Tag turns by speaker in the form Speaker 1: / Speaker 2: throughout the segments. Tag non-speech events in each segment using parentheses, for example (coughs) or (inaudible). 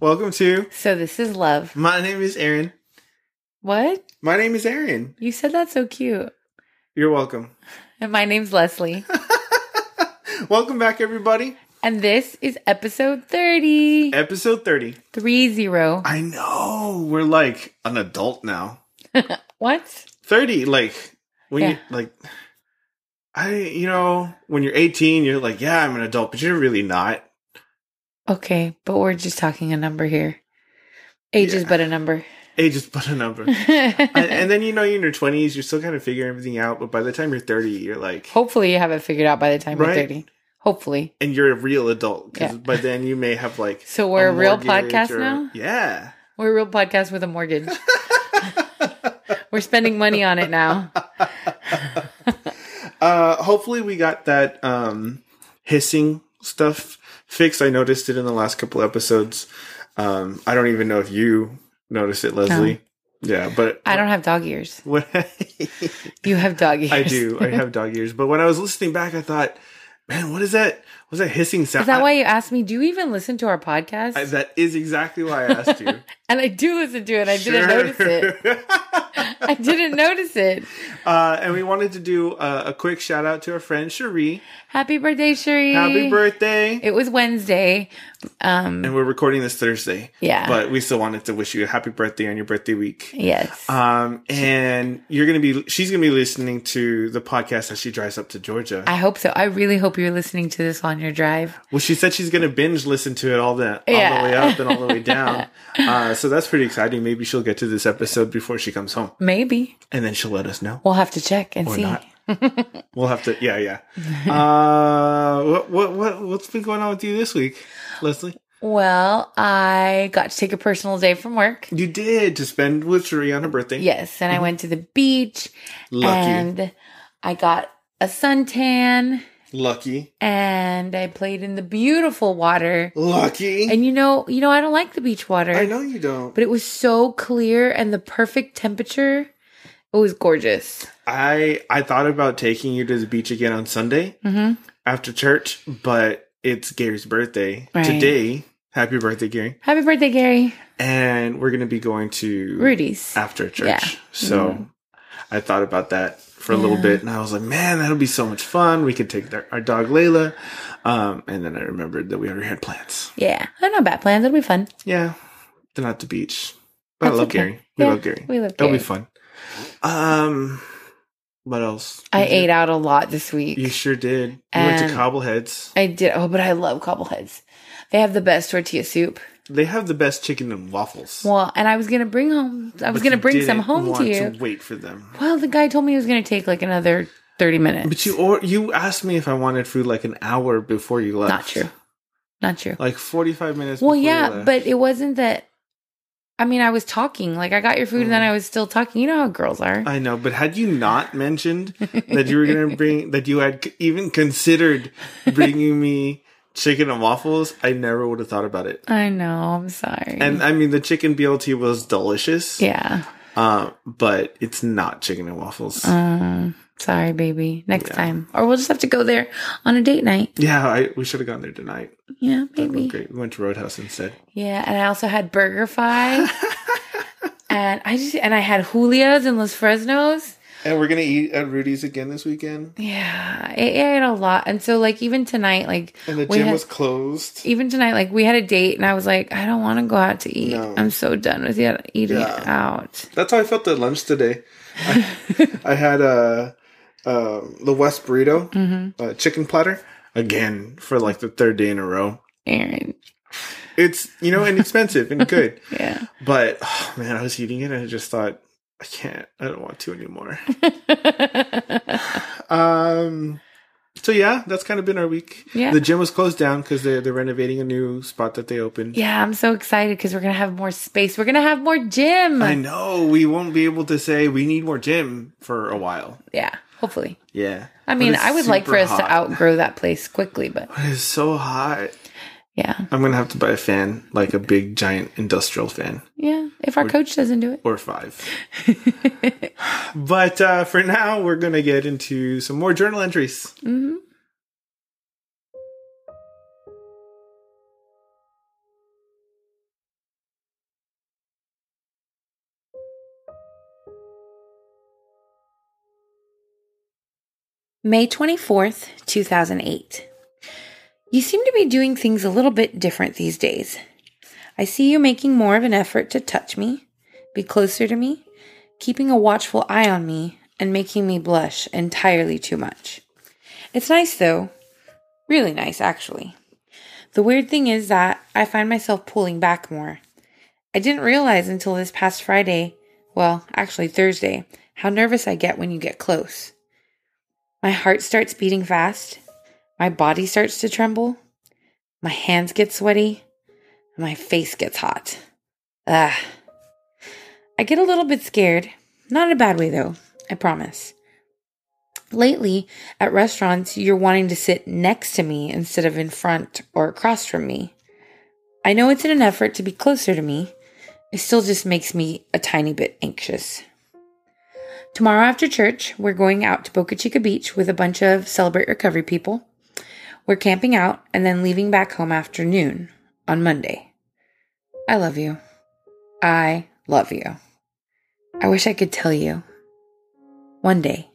Speaker 1: Welcome to.
Speaker 2: So this is love.
Speaker 1: My name is Aaron.
Speaker 2: What?
Speaker 1: My name is Aaron.
Speaker 2: You said that so cute.
Speaker 1: You're welcome.
Speaker 2: And my
Speaker 1: (laughs)
Speaker 2: name's Leslie.
Speaker 1: Welcome back, everybody.
Speaker 2: and this is episode 30.
Speaker 1: Episode 30.
Speaker 2: 30.
Speaker 1: I know we're like an adult now.
Speaker 2: What?
Speaker 1: 30, like when you
Speaker 2: Yeah.
Speaker 1: like, I you know when you're 18, you're like, yeah, I'm an adult, but you're really not.
Speaker 2: Okay, but we're just talking a number here. Age is
Speaker 1: Yeah.
Speaker 2: but a number.
Speaker 1: Age is but a number.
Speaker 2: (laughs)
Speaker 1: and, and then you know you're in your 20s, you're still kind of figuring everything out. But by the time you're 30, you're like,
Speaker 2: Hopefully you have it figured out by the time
Speaker 1: Right.
Speaker 2: you're 30. Hopefully.
Speaker 1: and you're a real adult. Because
Speaker 2: Yeah.
Speaker 1: by then you may have like.
Speaker 2: So we're a real
Speaker 1: mortgage
Speaker 2: podcast
Speaker 1: or-
Speaker 2: now?
Speaker 1: Yeah.
Speaker 2: We're a real podcast with
Speaker 1: (laughs)
Speaker 2: a mortgage. we're spending money on it now.
Speaker 1: Uh, hopefully we got that um, hissing stuff fixed. I noticed it in the last couple episodes. Um, I don't even know if you noticed it, Leslie. Yeah, but
Speaker 2: I don't have dog ears.
Speaker 1: when (laughs)
Speaker 2: You have dog ears.
Speaker 1: I do, I have dog ears. But when I was listening back, I thought, man, what is that? What's that hissing sound?
Speaker 2: Is that
Speaker 1: I-
Speaker 2: why you asked me, do you even listen to our podcast?
Speaker 1: I- that is exactly why I asked you.
Speaker 2: And I do listen to it. (laughs) I didn't notice it. I didn't notice it.
Speaker 1: (laughs) uh, and we wanted to do uh, a quick shout out to our friend Cherie.
Speaker 2: Happy birthday, Cherie.
Speaker 1: Happy birthday!
Speaker 2: It was Wednesday. Um,
Speaker 1: and we're recording this Thursday.
Speaker 2: Yeah.
Speaker 1: But we still wanted to wish you a happy birthday on your birthday week.
Speaker 2: yes.
Speaker 1: Um, and you're gonna be she's gonna be listening to the podcast as she drives up to Georgia.
Speaker 2: I hope so. I really hope you're listening to this on your drive.
Speaker 1: well, she said she's gonna binge listen to it all the all
Speaker 2: Yeah.
Speaker 1: the way up and all the
Speaker 2: (laughs)
Speaker 1: way down. uh, so that's pretty exciting. Maybe she'll get to this episode before she comes home,
Speaker 2: Maybe.
Speaker 1: and then she'll let us know.
Speaker 2: We'll have to check and
Speaker 1: Or
Speaker 2: see.
Speaker 1: not. We'll have to, yeah, yeah.
Speaker 2: (laughs)
Speaker 1: Uh, what, what, what, what's been going on with you this week, Leslie?
Speaker 2: Well, I got to take a personal day from work.
Speaker 1: You did to spend with Cherie on her birthday.
Speaker 2: Yes. And I went to the beach
Speaker 1: Mm-hmm. lucky,
Speaker 2: and I got a suntan
Speaker 1: lucky.
Speaker 2: and I played in the beautiful water.
Speaker 1: Lucky.
Speaker 2: And you know, you know, I don't like the beach water.
Speaker 1: I know you don't.
Speaker 2: but it was so clear and the perfect temperature. It was gorgeous.
Speaker 1: I I thought about taking you to the beach again on Sunday
Speaker 2: Mm-hmm.
Speaker 1: after church, but it's Gary's birthday
Speaker 2: Right.
Speaker 1: today. Happy birthday, Gary!
Speaker 2: Happy birthday, Gary.
Speaker 1: And we're gonna be going to
Speaker 2: Rudy's.
Speaker 1: after church.
Speaker 2: Yeah. Mm-hmm.
Speaker 1: So I thought about that for a little
Speaker 2: Yeah.
Speaker 1: bit, and I was like, man, that'll be so much fun. We could take their, our dog Layla. Um, and then I remembered that we already had plans.
Speaker 2: Yeah, I know bad plans. It'll be fun.
Speaker 1: Yeah, they're not the beach. But I
Speaker 2: That's
Speaker 1: love
Speaker 2: okay.
Speaker 1: Gary. We
Speaker 2: Yeah,
Speaker 1: love Gary.
Speaker 2: We love
Speaker 1: That'll
Speaker 2: Gary.
Speaker 1: be fun. Um, what else?
Speaker 2: I
Speaker 1: Did you-
Speaker 2: ate out a lot this week.
Speaker 1: You sure did. You went to
Speaker 2: And-
Speaker 1: Cobbleheads.
Speaker 2: I did. Oh, but I love cobbleheads. They have the best tortilla soup.
Speaker 1: They have the best chicken and waffles.
Speaker 2: Well, and I was gonna bring home. I was
Speaker 1: But
Speaker 2: gonna
Speaker 1: you
Speaker 2: bring some
Speaker 1: didn't
Speaker 2: home to
Speaker 1: want
Speaker 2: you.
Speaker 1: wait for them.
Speaker 2: Well, the guy told me it was gonna take like another thirty minutes.
Speaker 1: But you or you asked me if I wanted food like an hour before you left.
Speaker 2: not true. Not true.
Speaker 1: Like forty five minutes.
Speaker 2: Well,
Speaker 1: before you
Speaker 2: yeah,
Speaker 1: left.
Speaker 2: but it wasn't that. I mean, I was talking. Like, I got your food and then I was still talking. You know how girls are.
Speaker 1: Mm. I know. But had you not mentioned that you were
Speaker 2: (laughs)
Speaker 1: gonna bring that you had c- even considered bringing me chicken and waffles, I never would have thought about it.
Speaker 2: I know. I'm sorry.
Speaker 1: And I mean, the chicken BLT was delicious.
Speaker 2: yeah.
Speaker 1: Um, but it's not chicken and waffles.
Speaker 2: Um, sorry, baby. Next time. Or we'll just have to go there on a date night.
Speaker 1: Yeah, I, we should have gone there tonight.
Speaker 2: Yeah,
Speaker 1: That'd been
Speaker 2: maybe.
Speaker 1: Oh, great. We went to Roadhouse instead.
Speaker 2: Yeah. And I also had
Speaker 1: (laughs)
Speaker 2: Burger Fi. and I just, and I had Julia's and Los Fresnos.
Speaker 1: And we're gonna eat at Rudy's again this weekend.
Speaker 2: Yeah. I ate a lot. And so, like, even tonight, like,
Speaker 1: And the
Speaker 2: We
Speaker 1: gym
Speaker 2: had-
Speaker 1: was closed.
Speaker 2: even tonight, like, we had a date and I was like, I don't want to go out to eat.
Speaker 1: No.
Speaker 2: I'm so done with it, eating
Speaker 1: Yeah.
Speaker 2: it out.
Speaker 1: That's how I felt at lunch today.
Speaker 2: (laughs)
Speaker 1: I, I had uh, um the West burrito,
Speaker 2: Mm-hmm.
Speaker 1: uh, chicken platter again for like the third day in a row.
Speaker 2: Aaron.
Speaker 1: It's you know inexpensive and
Speaker 2: (laughs)
Speaker 1: good,
Speaker 2: Yeah.
Speaker 1: but oh, man, I was eating it and I just thought I can't. I don't want to
Speaker 2: (laughs)
Speaker 1: anymore. Um. So yeah, that's kind of been our week.
Speaker 2: Yeah.
Speaker 1: The gym was closed down because they're they're renovating a new spot that they opened.
Speaker 2: yeah, I'm so excited because we're going to have more space. We're going to have more gym.
Speaker 1: I know we won't be able to say we need more gym for a while.
Speaker 2: yeah, hopefully.
Speaker 1: Yeah.
Speaker 2: I
Speaker 1: But
Speaker 2: mean,
Speaker 1: it's
Speaker 2: I would like
Speaker 1: super
Speaker 2: for us
Speaker 1: hot.
Speaker 2: to outgrow that place quickly, but
Speaker 1: It's so hot.
Speaker 2: yeah.
Speaker 1: I'm gonna have to buy a fan, like a big giant industrial fan
Speaker 2: Yeah. If our coach doesn't do it.
Speaker 1: or five.
Speaker 2: (laughs)
Speaker 1: but uh, for now, we're gonna get into some more journal entries.
Speaker 2: hmm May 24th, 2008. You seem to be doing things a little bit different these days. I see you making more of an effort to touch me, be closer to me, keeping a watchful eye on me, and making me blush entirely too much. It's nice though. Really nice, actually. The weird thing is that I find myself pulling back more. I didn't realize until this past Friday, well, actually Thursday, how nervous I get when you get close. My heart starts beating fast. My body starts to tremble. My hands get sweaty. And my face gets hot. Ugh. I get a little bit scared. Not in a bad way, though. I promise. Lately, at restaurants, you're wanting to sit next to me instead of in front or across from me. I know it's in an effort to be closer to me. It still just makes me a tiny bit anxious. Tomorrow after church, we're going out to Boca Chica Beach with a bunch of Celebrate Recovery people. We're camping out and then leaving back home after noon on Monday. I love you. I love you. I wish I could tell you. One day.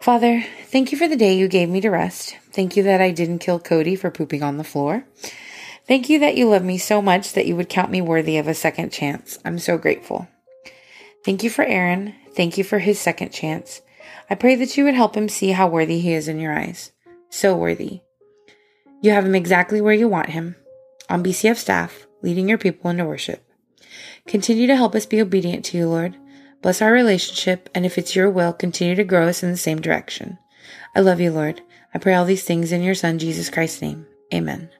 Speaker 2: Father, thank you for the day you gave me to rest. Thank you that I didn't kill Cody for pooping on the floor. Thank you that you love me so much that you would count me worthy of a second chance. I'm so grateful. Thank you for Aaron. Thank you for his second chance. I pray that you would help him see how worthy he is in your eyes. So worthy. You have him exactly where you want him on BCF staff, leading your people into worship. Continue to help us be obedient to you, Lord. Bless our relationship, and if it's your will, continue to grow us in the same direction. I love you, Lord. I pray all these things in your Son, Jesus Christ's name. Amen.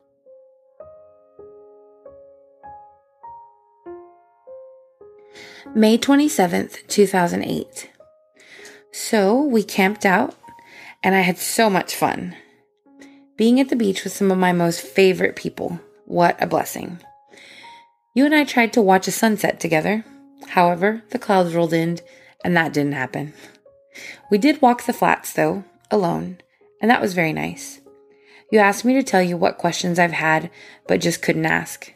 Speaker 2: May 27th, 2008. So we camped out, and I had so much fun. Being at the beach with some of my most favorite people, what a blessing. You and I tried to watch a sunset together. However, the clouds rolled in, and that didn't happen. We did walk the flats, though, alone, and that was very nice. You asked me to tell you what questions I've had, but just couldn't ask.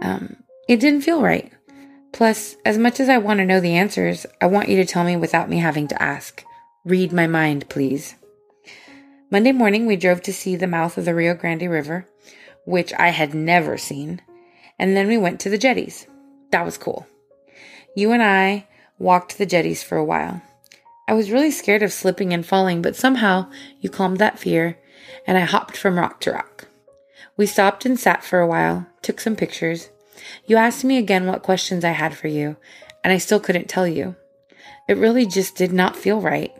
Speaker 2: Um, it didn't feel right. Plus, as much as I want to know the answers, I want you to tell me without me having to ask. Read my mind, please. Monday morning, we drove to see the mouth of the Rio Grande River, which I had never seen, and then we went to the jetties. That was cool. You and I walked the jetties for a while. I was really scared of slipping and falling, but somehow you calmed that fear, and I hopped from rock to rock. We stopped and sat for a while, took some pictures, you asked me again what questions I had for you, and I still couldn't tell you. It really just did not feel right,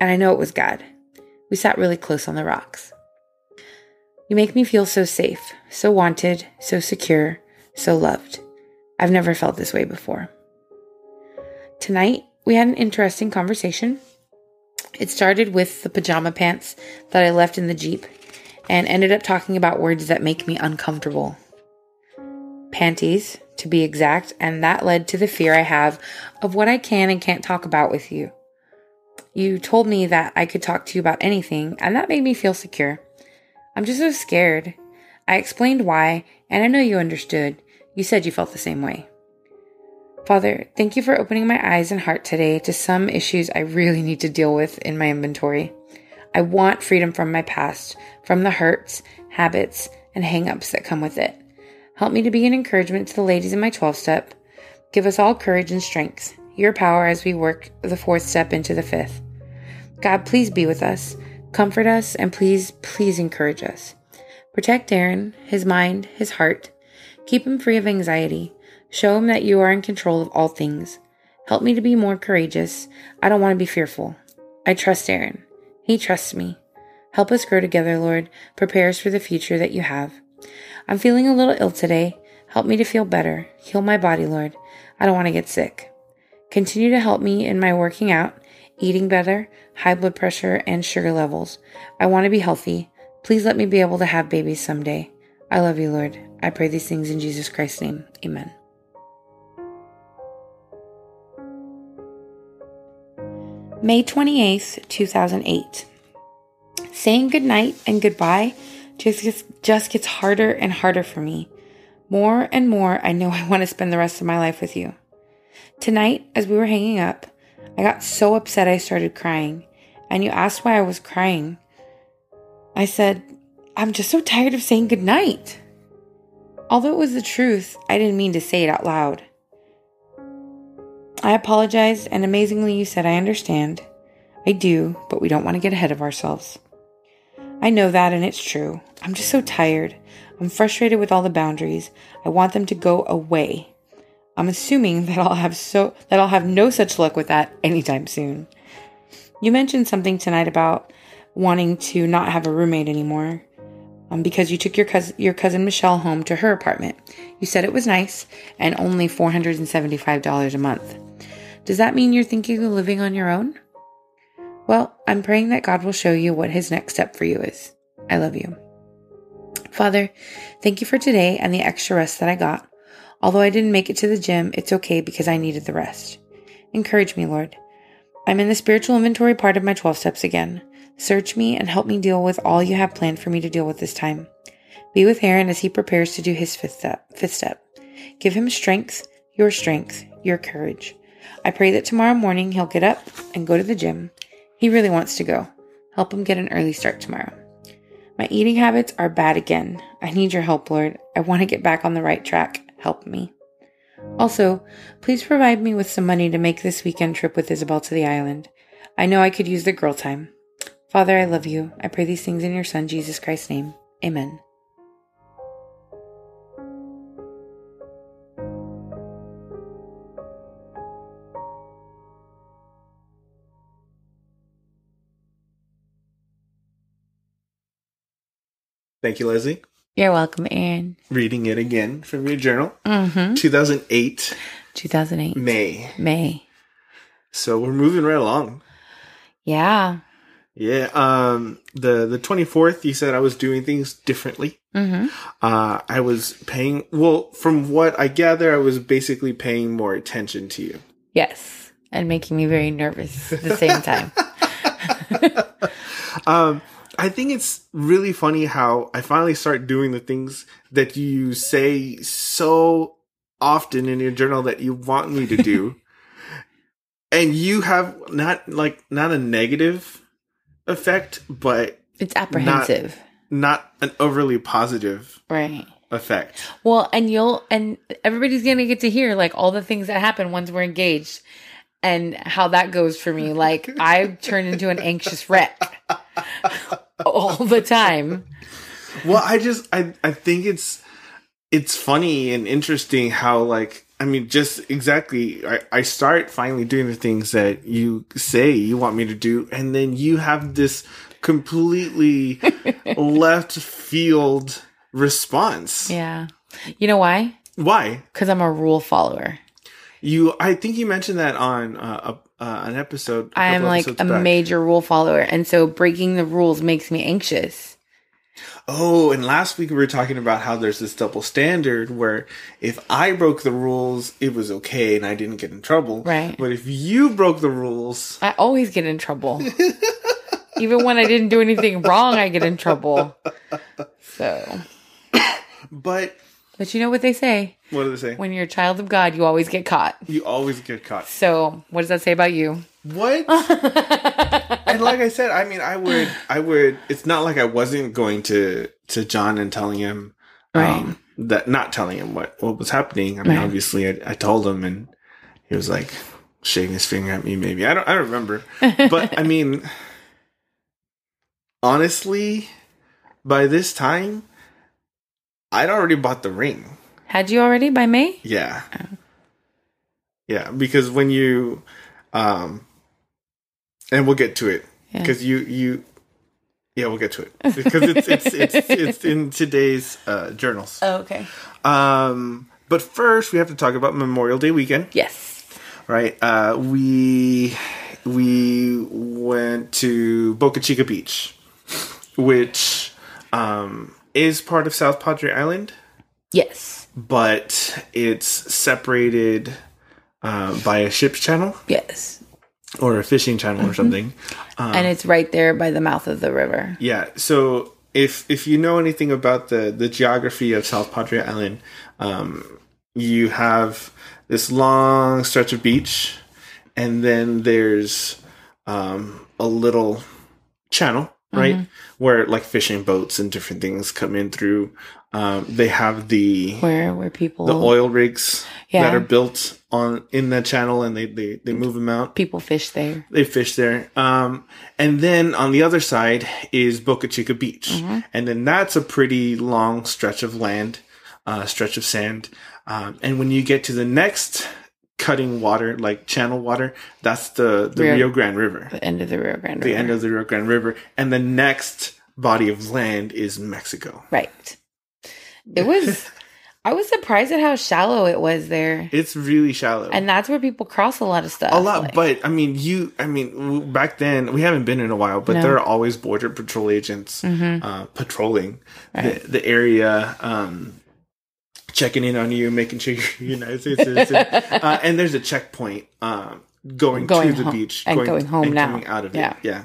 Speaker 2: and I know it was God. We sat really close on the rocks. You make me feel so safe, so wanted, so secure, so loved. I've never felt this way before. Tonight, we had an interesting conversation. It started with the pajama pants that I left in the Jeep and ended up talking about words that make me uncomfortable panties to be exact, and that led to the fear I have of what I can and can't talk about with you. You told me that I could talk to you about anything, and that made me feel secure. I'm just so scared. I explained why, and I know you understood. You said you felt the same way. Father, thank you for opening my eyes and heart today to some issues I really need to deal with in my inventory. I want freedom from my past, from the hurts, habits, and hangups that come with it. Help me to be an encouragement to the ladies in my 12 step. Give us all courage and strength, your power as we work the fourth step into the fifth. God, please be with us, comfort us, and please, please encourage us. Protect Aaron, his mind, his heart. Keep him free of anxiety. Show him that you are in control of all things. Help me to be more courageous. I don't want to be fearful. I trust Aaron. He trusts me. Help us grow together, Lord. Prepare us for the future that you have. I'm feeling a little ill today. Help me to feel better. Heal my body, Lord. I don't want to get sick. Continue to help me in my working out, eating better, high blood pressure, and sugar levels. I want to be healthy. Please let me be able to have babies someday. I love you, Lord. I pray these things in Jesus Christ's name. Amen. May 28th, 2008. Saying goodnight and goodbye just gets, just gets harder and harder for me. More and more, I know (laughs) I want to spend the rest of my life with you. Tonight, as we were hanging up, I got so upset I started crying, and you asked why I was crying. I said, I'm just so tired of saying goodnight. Although it was the truth, I didn't mean to say it out loud. I apologized, and amazingly, you said, I understand. I do, but we don't want to get ahead of ourselves. I know that, and it's true. I'm just so tired. I'm frustrated with all the boundaries. I want them to go away. I'm assuming that I'll have so that I'll have no such luck with that anytime soon. You mentioned something tonight about wanting to not have a roommate anymore um, because you took your cousin your cousin Michelle home to her apartment. You said it was nice and only four hundred and seventy five dollars a month. Does that mean you're thinking of living on your own? Well, I'm praying that God will show you what His next step for you is. I love you. Father, thank you for today and the extra rest that I got. Although I didn't make it to the gym, it's okay because I needed the rest. Encourage me, Lord. I'm in the spiritual inventory part of my 12 steps again. Search me and help me deal with all you have planned for me to deal with this time. Be with Aaron as he prepares to do his fifth step. Fifth step. Give him strength, your strength, your courage. I pray that tomorrow morning he'll get up and go to the gym. He really wants to go. Help him get an early start tomorrow. My eating habits are bad again. I need your help, Lord. I want to get back on the right track. Help me. Also, please provide me with some money to make this weekend trip with Isabel to the island. I know I could use the girl time. Father, I love you. I pray these things in your Son, Jesus Christ's name. Amen.
Speaker 1: Thank you, Leslie.
Speaker 2: You're welcome, Aaron.
Speaker 1: Reading it again from your journal.
Speaker 2: Mm-hmm.
Speaker 1: 2008,
Speaker 2: 2008.
Speaker 1: May.
Speaker 2: May.
Speaker 1: So we're moving right along.
Speaker 2: Yeah.
Speaker 1: Yeah. Um, the, the 24th, you said I was doing things differently.
Speaker 2: Mm-hmm.
Speaker 1: Uh, I was paying, well, from what I gather, I was basically paying more attention to you.
Speaker 2: Yes. And making me very nervous at the same (laughs) time.
Speaker 1: Um, I think it's really funny how I finally start doing the things that you say so often in your journal that you want me to do. and you have not like not a negative effect, but
Speaker 2: It's apprehensive.
Speaker 1: not an overly positive
Speaker 2: right.
Speaker 1: effect.
Speaker 2: Well, and you'll and everybody's gonna get to hear like all the things that happen once we're engaged and how that goes for me.
Speaker 1: (laughs)
Speaker 2: Like I turn into an anxious wreck all the time.
Speaker 1: well i just i i think it's it's funny and interesting how like i mean just exactly i i start finally doing the things that you say you want me to do and then you have this
Speaker 2: (laughs)
Speaker 1: completely left field response
Speaker 2: Yeah. You know why?
Speaker 1: why
Speaker 2: Because I'm a rule follower.
Speaker 1: you i think you mentioned that on uh, a, uh an episode a
Speaker 2: I am
Speaker 1: couple
Speaker 2: like
Speaker 1: episodes
Speaker 2: a
Speaker 1: back.
Speaker 2: major rule follower. And so breaking the rules makes me anxious.
Speaker 1: Oh, and last week we were talking about how there's this double standard where if I broke the rules, it was okay and I didn't get in trouble.
Speaker 2: Right.
Speaker 1: But if you broke the rules,
Speaker 2: I always get
Speaker 1: (laughs)
Speaker 2: in trouble. Even when I didn't do anything wrong, I get in trouble. So
Speaker 1: but
Speaker 2: but you know what they say?
Speaker 1: what do they say?
Speaker 2: When you're a child of God, you always get caught.
Speaker 1: You always get caught.
Speaker 2: So, what does that say about you? (laughs)
Speaker 1: What? and like I said, I mean, I would, I would. It's not like I wasn't going to to John and telling him, um, that not telling him what what was happening. I mean,
Speaker 2: Right.
Speaker 1: obviously, I, I told him, and he was like shaking his finger at me. Maybe I don't, I don't
Speaker 2: (laughs)
Speaker 1: remember. But I mean, honestly, by this time, I'd already bought the ring.
Speaker 2: Had you already by May?
Speaker 1: Yeah.
Speaker 2: Oh.
Speaker 1: Yeah, because when you um and we'll get to it
Speaker 2: Yeah.
Speaker 1: cuz you you yeah, we'll get to it because it's it's it's it's in today's uh journals.
Speaker 2: (laughs) Oh, okay.
Speaker 1: Um but first we have to talk about Memorial Day weekend,
Speaker 2: Yes.
Speaker 1: right? Uh we we went to Boca Chica Beach, which um is part of South Padre Island
Speaker 2: Yes.
Speaker 1: but it's separated uh, by a ship's channel
Speaker 2: Yes.
Speaker 1: or a fishing channel or something.
Speaker 2: and it's right there by the mouth of the river.
Speaker 1: Uh, Yeah. So if if you know anything about the the geography of South Padre Island, um, you have this long stretch of beach, and then there's um, a little channel, right? Where like fishing boats and different things come in through. Um, they have the
Speaker 2: Where where people
Speaker 1: the oil rigs
Speaker 2: Yeah.
Speaker 1: that are built on in that channel, and they they, they move them out.
Speaker 2: people fish there.
Speaker 1: They fish there. Um, and then on the other side is Boca Chica Beach. And then that's a pretty long stretch of land, uh, stretch of sand. Um, and when you get to the next cutting water, like channel water, that's the, the
Speaker 2: Rio-
Speaker 1: Rio, Grande River,
Speaker 2: The end of the Rio Grande.
Speaker 1: the
Speaker 2: River.
Speaker 1: end of the Rio Grande River. And the next body of land is Mexico.
Speaker 2: right. It
Speaker 1: (laughs)
Speaker 2: was. I was surprised at how shallow it was there,
Speaker 1: It's really shallow.
Speaker 2: and that's where people cross a lot of stuff.
Speaker 1: a lot,
Speaker 2: like-
Speaker 1: but I mean, you, I mean, w- back then we haven't been in a while, but
Speaker 2: No. Mm-hmm.
Speaker 1: there are always border patrol agents uh, patrolling the, the area, um, checking in on you, making sure (laughs) you're a United States citizen. uh, and there's a checkpoint um, going,
Speaker 2: Going
Speaker 1: to the
Speaker 2: home-
Speaker 1: beach
Speaker 2: and going home now.
Speaker 1: coming out of
Speaker 2: Yeah.
Speaker 1: it. Yeah.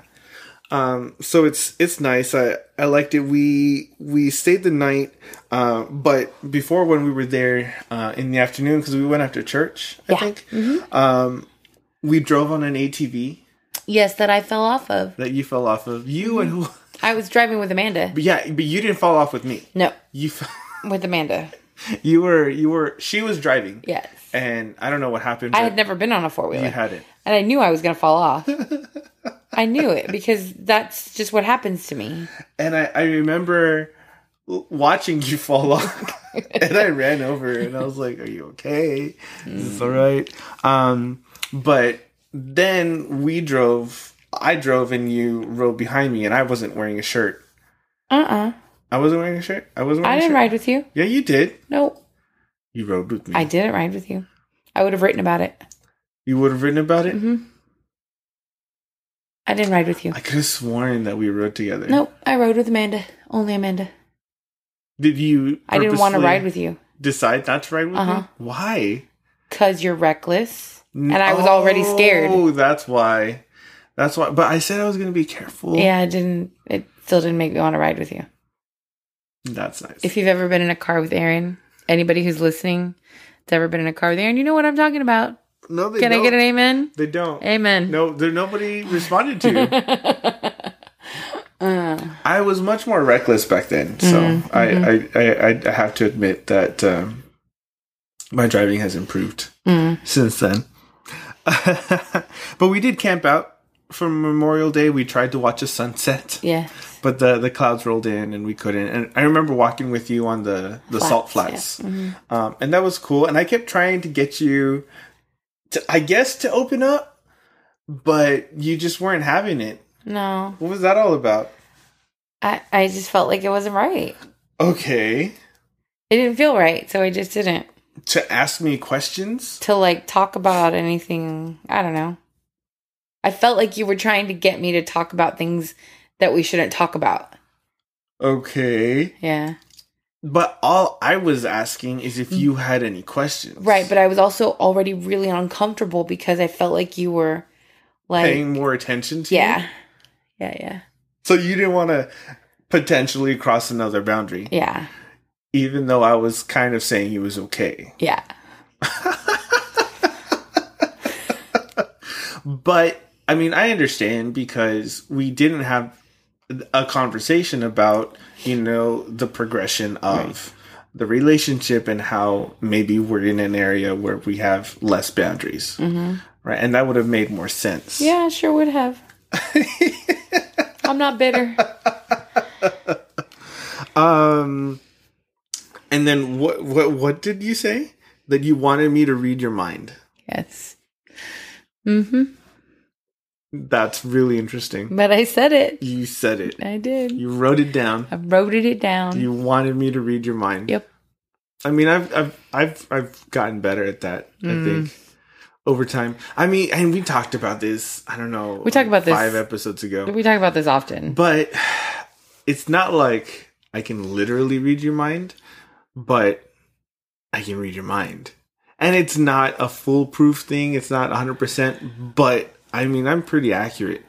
Speaker 1: Um, so it's it's nice. I I liked it. We we stayed the night, uh, but before when we were there uh, in the afternoon because we went after church. I
Speaker 2: Yeah. Mm-hmm.
Speaker 1: think. Um, we drove on an ATV
Speaker 2: yes, that I fell off of.
Speaker 1: that you fell off of. You and who?
Speaker 2: I was driving with Amanda.
Speaker 1: But yeah, but you didn't fall off with me.
Speaker 2: No,
Speaker 1: You f- (laughs)
Speaker 2: with Amanda.
Speaker 1: you were you were she was driving.
Speaker 2: Yes,
Speaker 1: And I don't know what happened.
Speaker 2: I
Speaker 1: but
Speaker 2: had never been on a four wheeler.
Speaker 1: you had it.
Speaker 2: and I knew I was going to fall
Speaker 1: (laughs)
Speaker 2: off. I knew it because that's just what happens to me.
Speaker 1: And I, I remember l- watching you (laughs) fall off. and I ran over and I was like, Are you okay? Is this all right? Um, but then we drove, I drove and you rode behind me and I wasn't wearing a shirt.
Speaker 2: Uh uh
Speaker 1: I wasn't wearing a shirt. I wasn't wearing
Speaker 2: I
Speaker 1: a
Speaker 2: didn't
Speaker 1: shirt.
Speaker 2: ride with you.
Speaker 1: Yeah, you did.
Speaker 2: No,
Speaker 1: You rode with me.
Speaker 2: I didn't ride with you. I would have written about it.
Speaker 1: You would have written about it?
Speaker 2: hmm I didn't ride with you.
Speaker 1: I could have sworn that we rode together.
Speaker 2: Nope, I rode with Amanda. Only Amanda.
Speaker 1: Did you
Speaker 2: I didn't want to
Speaker 1: purposely
Speaker 2: ride with you
Speaker 1: decide not to ride with
Speaker 2: Uh-huh.
Speaker 1: me? Why?
Speaker 2: because you're reckless. And I was already scared.
Speaker 1: Oh, that's why. That's why. But I said I was going to be careful.
Speaker 2: Yeah, I didn't. It still didn't make me want to ride with you.
Speaker 1: That's nice.
Speaker 2: If you've ever been in a car with Aaron, anybody who's listening that's ever been in a car with Aaron, you know what I'm talking about.
Speaker 1: no, they
Speaker 2: Can
Speaker 1: don't.
Speaker 2: I get an amen?
Speaker 1: They don't.
Speaker 2: (laughs) Amen.
Speaker 1: No, there nobody responded to.
Speaker 2: (laughs) Uh,
Speaker 1: I was much more reckless back then, so
Speaker 2: Mm-hmm.
Speaker 1: I, I, I, I have to admit that um, my driving has improved
Speaker 2: mm.
Speaker 1: since then. (laughs) but we did camp out for Memorial Day. We tried to watch a sunset.
Speaker 2: Yeah.
Speaker 1: but the the clouds rolled in and we couldn't and i remember walking with you on the the salt flats
Speaker 2: Mm-hmm.
Speaker 1: um, and that was cool and i kept trying to get you to i guess to open up but you just weren't having it
Speaker 2: No.
Speaker 1: what was that all about
Speaker 2: I, I just felt like it wasn't right.
Speaker 1: okay
Speaker 2: It didn't feel right, so I just didn't.
Speaker 1: to ask me questions
Speaker 2: To like talk about anything, I don't know. I felt like you were trying to get me to talk about things that we shouldn't talk about.
Speaker 1: okay
Speaker 2: Yeah.
Speaker 1: but all i was asking is if you had any questions
Speaker 2: Mm. Right, but I was also already really uncomfortable because I felt like you were like
Speaker 1: paying more attention to me?
Speaker 2: Yeah. Yeah, yeah.
Speaker 1: so you didn't want to potentially cross another boundary
Speaker 2: Yeah.
Speaker 1: even though i was kind of saying it was okay
Speaker 2: Yeah.
Speaker 1: But I mean, I understand because we didn't have a conversation about, you know, the progression of the relationship and how maybe we're in an area where we have less boundaries. Right. And that would have made more sense.
Speaker 2: Yeah, I sure would have. I'm not bitter.
Speaker 1: Um, and then what, what, what did you say? That you wanted me to read your mind.
Speaker 2: Yes. Mm-hmm.
Speaker 1: That's really interesting.
Speaker 2: But I said it.
Speaker 1: You said it.
Speaker 2: I did.
Speaker 1: You wrote it down.
Speaker 2: I wrote it down.
Speaker 1: You wanted me to read your mind.
Speaker 2: Yep.
Speaker 1: I mean, I've I've I've I've gotten better at that.
Speaker 2: Mm.
Speaker 1: I think over time. I mean, and we talked about this. I don't know.
Speaker 2: We talked about this-
Speaker 1: five episodes ago.
Speaker 2: we talk about this often.
Speaker 1: But it's not like I can literally read your mind, but I can read your mind, and it's not a foolproof thing. It's not one hundred percent, but I mean, I'm pretty accurate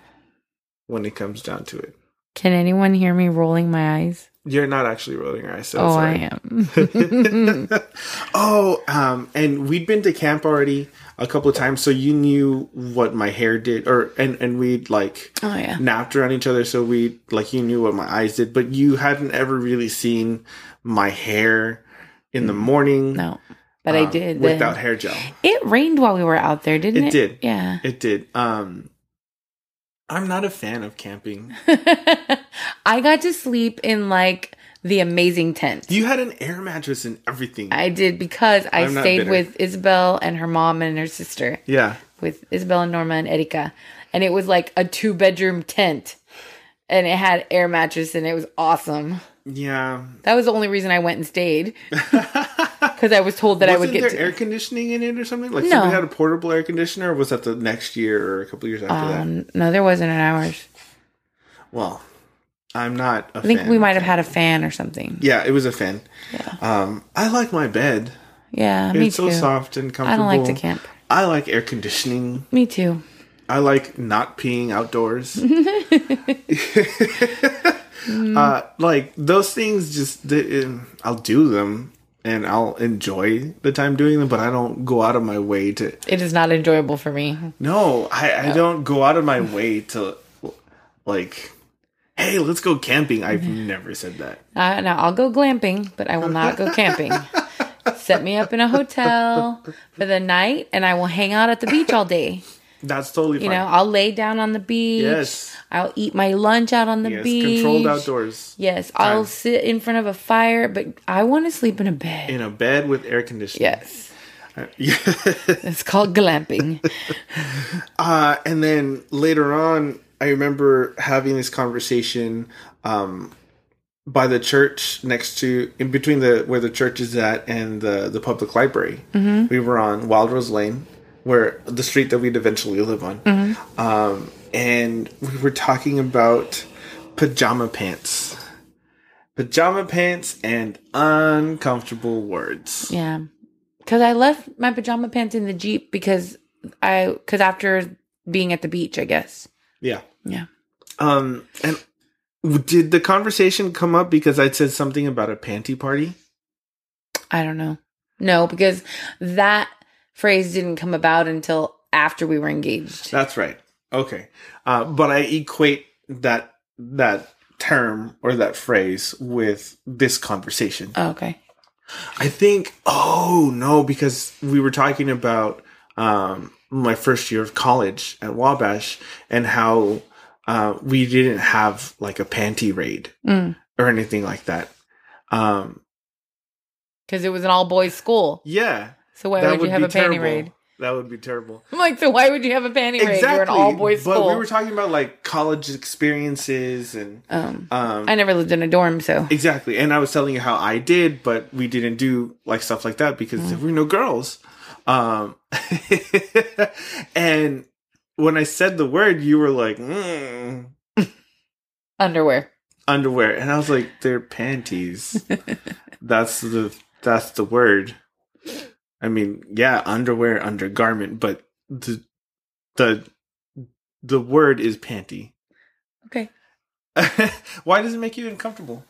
Speaker 1: when it comes down to it.
Speaker 2: Can anyone hear me rolling my eyes?
Speaker 1: You're not actually rolling your eyes. So
Speaker 2: oh,
Speaker 1: it's all
Speaker 2: I
Speaker 1: right.
Speaker 2: am.
Speaker 1: (laughs) oh, um, and we'd been to camp already a couple of times, so you knew what my hair did, or and and we'd like
Speaker 2: oh, yeah.
Speaker 1: napped around each other, so we like you knew what my eyes did, but you hadn't ever really seen my hair in the morning.
Speaker 2: Hmm. No. But I
Speaker 1: um,
Speaker 2: did. then.
Speaker 1: without hair gel.
Speaker 2: It rained while we were out there, didn't it?
Speaker 1: It did.
Speaker 2: Yeah. (laughs)
Speaker 1: It did. Um, I'm not a fan of
Speaker 2: (laughs)
Speaker 1: camping.
Speaker 2: I got to sleep in like the amazing tent.
Speaker 1: You had an air mattress and everything.
Speaker 2: I did because I
Speaker 1: I'm not
Speaker 2: stayed
Speaker 1: bitter.
Speaker 2: with Isabel and her mom and her sister,
Speaker 1: yeah,
Speaker 2: with Isabel and Norma and Erika. And it was like a two bedroom tent and it had air mattress and it was awesome.
Speaker 1: yeah.
Speaker 2: That was the only reason I went
Speaker 1: (laughs)
Speaker 2: and stayed because I was told
Speaker 1: Wasn't
Speaker 2: that I would
Speaker 1: there
Speaker 2: get to.
Speaker 1: air conditioning in it or something? Like
Speaker 2: No.
Speaker 1: somebody had a portable air conditioner. Or was that the next year or a couple years after that?
Speaker 2: um, no, there wasn't an hours.
Speaker 1: Well, I'm not. a
Speaker 2: I think
Speaker 1: fan.
Speaker 2: we might have had a fan or something.
Speaker 1: Yeah, it was a fan. Um, I like my bed.
Speaker 2: Yeah, me
Speaker 1: it's
Speaker 2: too.
Speaker 1: so soft and
Speaker 2: I
Speaker 1: comfortable.
Speaker 2: don't like to camp.
Speaker 1: I like air conditioning.
Speaker 2: Me too.
Speaker 1: I like not peeing
Speaker 2: (laughs)
Speaker 1: outdoors. uh, like those things, just they, um, I'll do them and I'll enjoy the time doing them, but I don't go out of my way to.
Speaker 2: It is not enjoyable for me.
Speaker 1: No, I, I don't go out of my way to like. Hey, let's go camping. I've never said that.
Speaker 2: Uh, now I'll go glamping, but I will not go
Speaker 1: (laughs)
Speaker 2: camping. Set me up in a hotel for the night, and I will hang out at the beach all day.
Speaker 1: That's totally fine.
Speaker 2: You know, I'll lay down on the beach.
Speaker 1: yes,
Speaker 2: I'll eat my lunch out on the
Speaker 1: yes,
Speaker 2: beach.
Speaker 1: controlled outdoors
Speaker 2: Yes, I'll sit in front of a fire, but I want to sleep in a bed.
Speaker 1: in a bed with air conditioning.
Speaker 2: yes,
Speaker 1: (laughs)
Speaker 2: it's called glamping.
Speaker 1: Uh, and then later on, I remember having this conversation um, by the church next to, in between the where the church is at and the the public library. We were on Wild Rose Lane, where the street that we'd eventually live on, um, and we were talking about pajama pants, pajama pants, and uncomfortable words.
Speaker 2: yeah, because I left my pajama pants in the jeep because I because after being at the beach, I guess.
Speaker 1: Yeah.
Speaker 2: Yeah.
Speaker 1: Um, and w- did the conversation come up because I said something about a panty party?
Speaker 2: I don't know. No, because that phrase didn't come about until after we were engaged.
Speaker 1: That's right. Okay. Uh, but I equate that that term or that phrase with this conversation.
Speaker 2: Oh, okay.
Speaker 1: I think. Oh no, because we were talking about um my first year of college at Wabash and how uh, we didn't have like a panty raid
Speaker 2: Because
Speaker 1: or anything like that. Um,
Speaker 2: it was an all boys school.
Speaker 1: yeah,
Speaker 2: So why
Speaker 1: that
Speaker 2: would, you have a panty raid?
Speaker 1: That would be terrible.
Speaker 2: I'm like, so why would you have a panty raid? You're an all boys
Speaker 1: but
Speaker 2: school.
Speaker 1: we were talking about like college experiences and
Speaker 2: um,
Speaker 1: um
Speaker 2: I never lived in a dorm, so
Speaker 1: exactly. And I was telling you how I did, but we didn't do like stuff like that because
Speaker 2: Mm.
Speaker 1: there were no girls. Um (laughs) and when I said the word, you were like mm,
Speaker 2: underwear.
Speaker 1: underwear, and I was like, they're panties. that's the that's the word. I mean, yeah, underwear, undergarment, but the the the word is panty. (laughs)
Speaker 2: Okay.
Speaker 1: Why does it make you uncomfortable?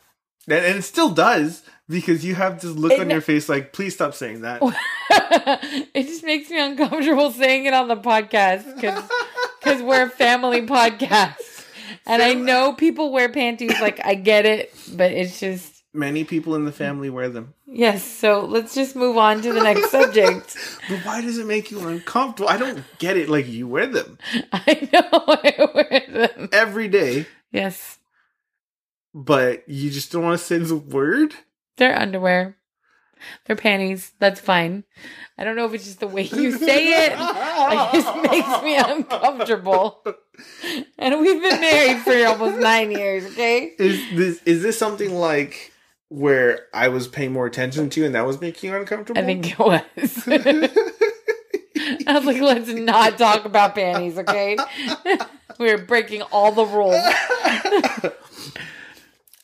Speaker 1: And, and it still does because you have this look
Speaker 2: It
Speaker 1: on
Speaker 2: ma-
Speaker 1: your face like, please stop saying that.
Speaker 2: (laughs) Oh. it just makes me uncomfortable saying it on the podcast because we're a family podcast. And I know people wear panties, like, I get it, but it's just.
Speaker 1: (laughs) Many people in the family wear them.
Speaker 2: Yes, so let's just move on to the next subject.
Speaker 1: (laughs) But why does it make you uncomfortable? I don't get it. Like, you wear them
Speaker 2: I know (laughs) I wear them.
Speaker 1: every day,
Speaker 2: Yes,
Speaker 1: but you just don't want to say the word?
Speaker 2: they're underwear. They're panties. That's fine. I don't know if it's just the way you say it.
Speaker 1: (laughs)
Speaker 2: It just makes (laughs) me uncomfortable. And we've been married for almost nine years, okay?
Speaker 1: Is this, is this something like where I was paying more attention to you and that was making you uncomfortable?
Speaker 2: I think it was. I was like, let's not talk about panties, (laughs) okay? We're breaking all the rules.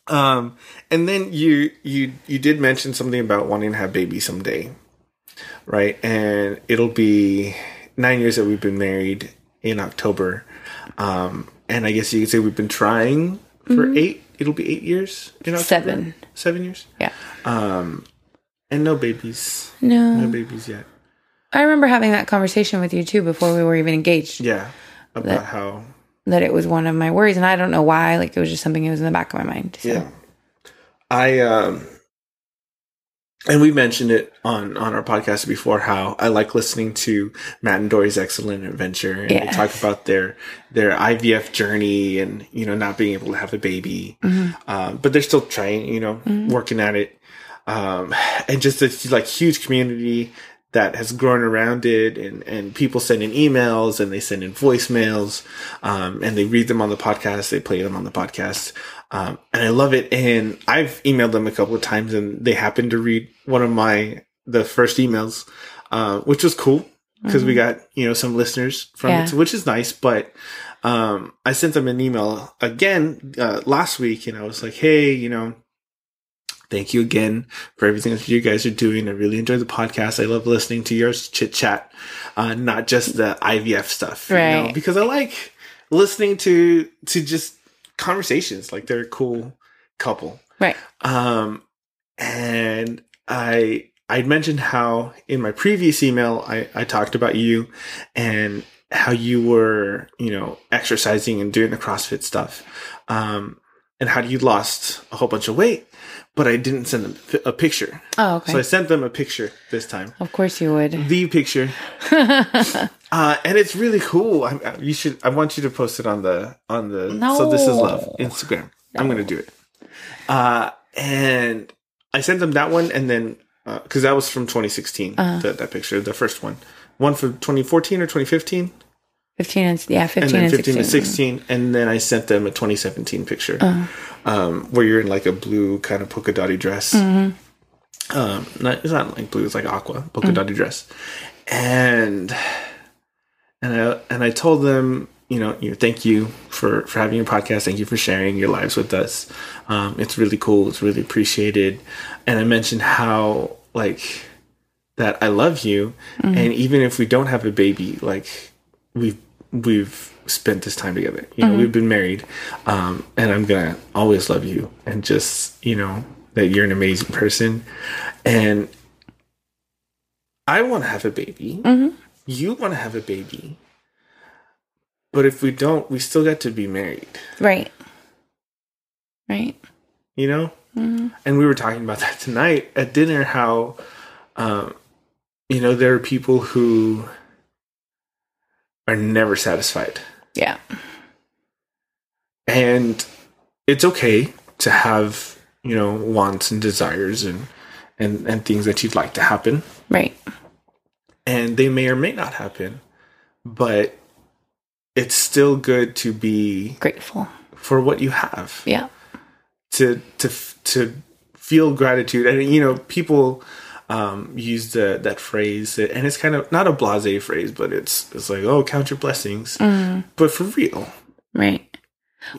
Speaker 1: Um, and then you you you did mention something about wanting to have babies someday, right? And it'll be nine years that we've been married in October, um, and I guess you could say we've been trying for eight. It'll be eight years. In
Speaker 2: Mm-hmm. Seven.
Speaker 1: Seven years.
Speaker 2: Yeah.
Speaker 1: Um, and no babies. No
Speaker 2: No.
Speaker 1: babies yet.
Speaker 2: I remember having that conversation with you too before we were even engaged
Speaker 1: Yeah. About
Speaker 2: That-
Speaker 1: how.
Speaker 2: that it was one of my worries. And I don't know why. Like it was just something that was in the back of my mind. So.
Speaker 1: Yeah. I um and we mentioned it on on our podcast before how I like listening to Matt and Dory's excellent adventure and they
Speaker 2: Yes.
Speaker 1: talk about their their IVF journey and you know not being able to have a baby. Um, but they're still trying, you know, working at it. Um and just this like huge community that has grown around it and and people send in emails and they send in voicemails um, and they read them on the podcast they play them on the podcast um, and i love it and i've emailed them a couple of times and they happened to read one of my the first emails uh, which was cool because we got you know some listeners from
Speaker 2: Yeah.
Speaker 1: it which is nice but um, i sent them an email again uh, last week and i was like hey you know thank you again for everything that you guys are doing. I really enjoy the podcast. I love listening to your chit chat, uh, not just the IVF stuff, You know?
Speaker 2: Right.
Speaker 1: Because I like listening to to just conversations. Like they're a cool couple.
Speaker 2: Right.
Speaker 1: Um, and I I mentioned how in my previous email I I talked about you and how you were you know exercising and doing the CrossFit stuff. Um. And how you lost a whole bunch of weight, but I didn't send them fi- a picture.
Speaker 2: Oh, okay.
Speaker 1: So I sent them a picture this time,
Speaker 2: of course you would.
Speaker 1: the
Speaker 2: (laughs)
Speaker 1: picture, uh, and it's really cool. I, I- you should. I want you to post it on the on the. So this is love
Speaker 2: No.
Speaker 1: Instagram. I'm gonna do it. Uh, and I sent them that one, and then because that was from 2016,
Speaker 2: Uh.
Speaker 1: that, that picture, the first one, one from 2014 or 2015,
Speaker 2: 15 and, yeah, 15
Speaker 1: and
Speaker 2: and,
Speaker 1: then 15 to
Speaker 2: 16.
Speaker 1: 16, and then I sent them a 2017 picture, um, where you're in like a blue kind of polka dotty dress. Um, not, it's not like blue; it's like aqua polka dotty dress, and and I and I told them, you know, you know, thank you for for having your podcast. Thank you for sharing your lives with us. Um, it's really cool. It's really appreciated. And I mentioned how like that I love you, and even if we don't have a baby, like we've we've spent this time together. You know, we've been married, um, and I'm gonna always love you, and just you know that you're an amazing person, and I want to have a baby. You want to have a baby. But if we don't, we still got to be married,
Speaker 2: Right. Right.
Speaker 1: you know? And we were talking about (laughs) that tonight at dinner how, um, you know, there are people who are never satisfied.
Speaker 2: Yeah.
Speaker 1: and it's okay to have you know wants and desires and and and things that you'd like to happen
Speaker 2: Right.
Speaker 1: and they may or may not happen but it's still good to be
Speaker 2: Grateful.
Speaker 1: for what you have
Speaker 2: Yeah.
Speaker 1: to to f- to feel gratitude and you know people um use the that phrase and it's kind of not a blasé phrase but it's it's like oh count your blessings
Speaker 2: Mm.
Speaker 1: but for real
Speaker 2: Right.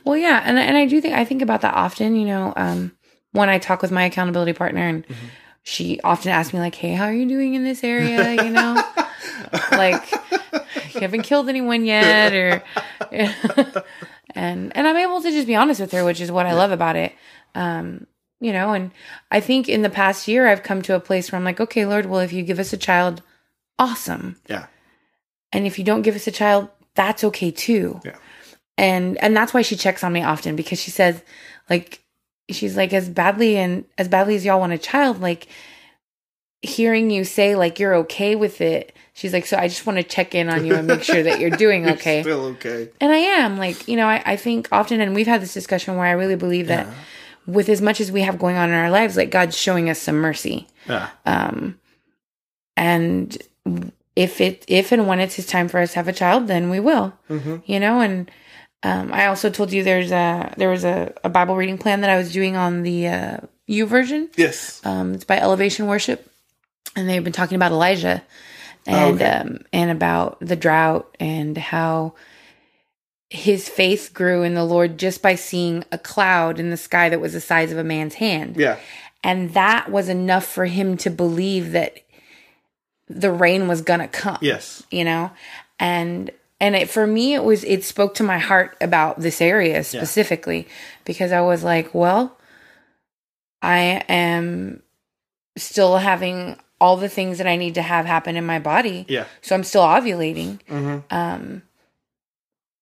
Speaker 2: Well, yeah, and and I do think I think about that often. You know, um, when I talk with my accountability partner, and she often asks me like, "Hey, how are you doing in this area?" You know, like you haven't killed anyone yet, or (laughs) and and I'm able to just be honest with her, which is what I love about it. Um, you know, and I think in the past year I've come to a place where I'm like, okay, Lord, well, if you give us a child, awesome
Speaker 1: yeah
Speaker 2: and if you don't give us a child that's okay too
Speaker 1: Yeah.
Speaker 2: and and that's why she checks on me often because she says like she's like as badly and as badly as y'all want a child like hearing you say like you're okay with it she's like so i just want to check in on you and make
Speaker 1: (laughs)
Speaker 2: sure that you're doing
Speaker 1: You're
Speaker 2: okay
Speaker 1: still okay
Speaker 2: and i am like you know I, I think often and we've had this discussion where i really believe that
Speaker 1: Yeah.
Speaker 2: with as much as we have going on in our lives like god's showing us some mercy
Speaker 1: yeah
Speaker 2: um and if it if and when it's his time for us to have a child then we will
Speaker 1: mm-hmm.
Speaker 2: you know and um i also told you there's a there was a, a bible reading plan that i was doing on the uh u version
Speaker 1: yes
Speaker 2: um it's by elevation worship and they've been talking about elijah and
Speaker 1: Okay.
Speaker 2: um and about the drought and how his faith grew in the lord just by seeing a cloud in the sky that was the size of a man's hand
Speaker 1: Yeah.
Speaker 2: and that was enough for him to believe that the rain was gonna come
Speaker 1: Yes.
Speaker 2: you know and and it, for me it was it spoke to my heart about this area specifically because i was like well i am still having all the things that i need to have happen in my body
Speaker 1: Yeah.
Speaker 2: so i'm still ovulating
Speaker 1: Mm-hmm.
Speaker 2: um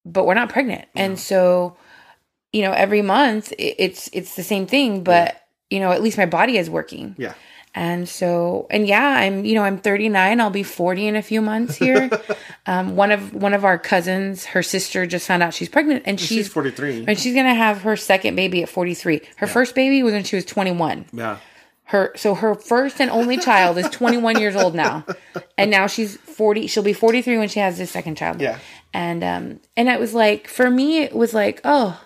Speaker 2: but we're not pregnant and so you know every month i- it's it's the same thing but you know at least my body is working
Speaker 1: Yeah.
Speaker 2: and so and yeah i'm you know i'm 39 i'll be 40 in a few months
Speaker 1: (laughs)
Speaker 2: here um one of one of our cousins her sister just found out she's pregnant and
Speaker 1: She's,
Speaker 2: she's
Speaker 1: forty three.
Speaker 2: and she's gonna have her second baby at 43 her first baby was when she was 21
Speaker 1: Yeah.
Speaker 2: her so her first and only child is 21 years old now and now she's 40 she'll be 43 when she has this second child
Speaker 1: Yeah.
Speaker 2: and um and it was like for me it was like oh